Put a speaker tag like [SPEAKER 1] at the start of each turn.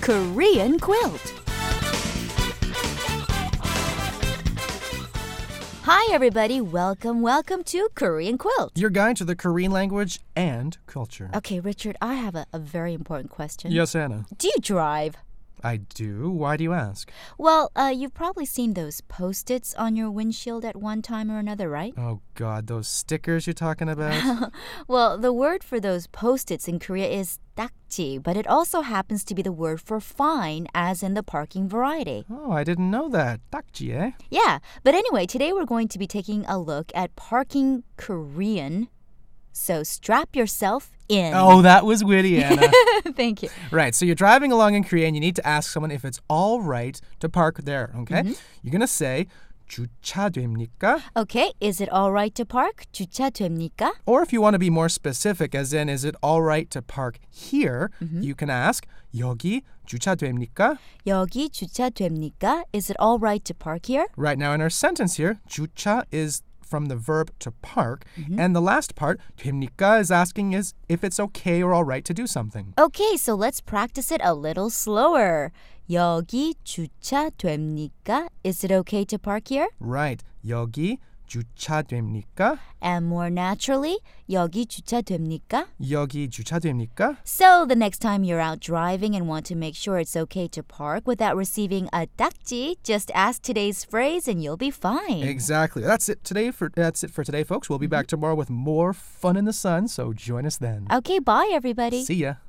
[SPEAKER 1] Korean quilt. Hi, everybody. Welcome, welcome to Korean quilt.
[SPEAKER 2] Your guide to the Korean language and culture.
[SPEAKER 1] Okay, Richard, I have a, a very important question.
[SPEAKER 2] Yes, Anna.
[SPEAKER 1] Do you drive?
[SPEAKER 2] I do. Why do you ask?
[SPEAKER 1] Well, uh, you've probably seen those post its on your windshield at one time or another, right?
[SPEAKER 2] Oh, God, those stickers you're talking about?
[SPEAKER 1] Well, the word for those post its in Korea is dakji, but it also happens to be the word for fine, as in the parking variety.
[SPEAKER 2] oh, I didn't know that. Dakji, eh?
[SPEAKER 1] Yeah, but anyway, today we're going to be taking a look at parking Korean. So strap yourself in.
[SPEAKER 2] Oh, that was witty, Anna.
[SPEAKER 1] Thank you.
[SPEAKER 2] right, so you're driving along in Korea and you need to ask someone if it's all right to park there, okay? You're going to say, 주차됩니까?
[SPEAKER 1] Okay, is it all right to park? 주차 됩니까?
[SPEAKER 2] Or if you want to be more specific, as in, is it all right to park here? You can ask, 여기 주차됩니까?
[SPEAKER 1] 여기 주차 됩니까? Is it all right to park here?
[SPEAKER 2] Right now, in our sentence here, 주차 is from the verb to park, and the last part, 됩니까, is asking is if it's okay or all right to do something.
[SPEAKER 1] Okay, so let's practice it a little slower. 여기 주차 됩니까? Is it okay to park here?
[SPEAKER 2] Right, 여기 주차됩니까?
[SPEAKER 1] And more naturally, 여기 주차 됩니까?
[SPEAKER 2] 여기 주차됩니까?
[SPEAKER 1] So the next time you're out driving and want to make sure it's okay to park without receiving a dakji, just ask today's phrase and you'll be fine.
[SPEAKER 2] Exactly. That's it today for that's it for today, folks. We'll be back tomorrow with more fun in the sun, so join us then.
[SPEAKER 1] okay, bye everybody.
[SPEAKER 2] See ya.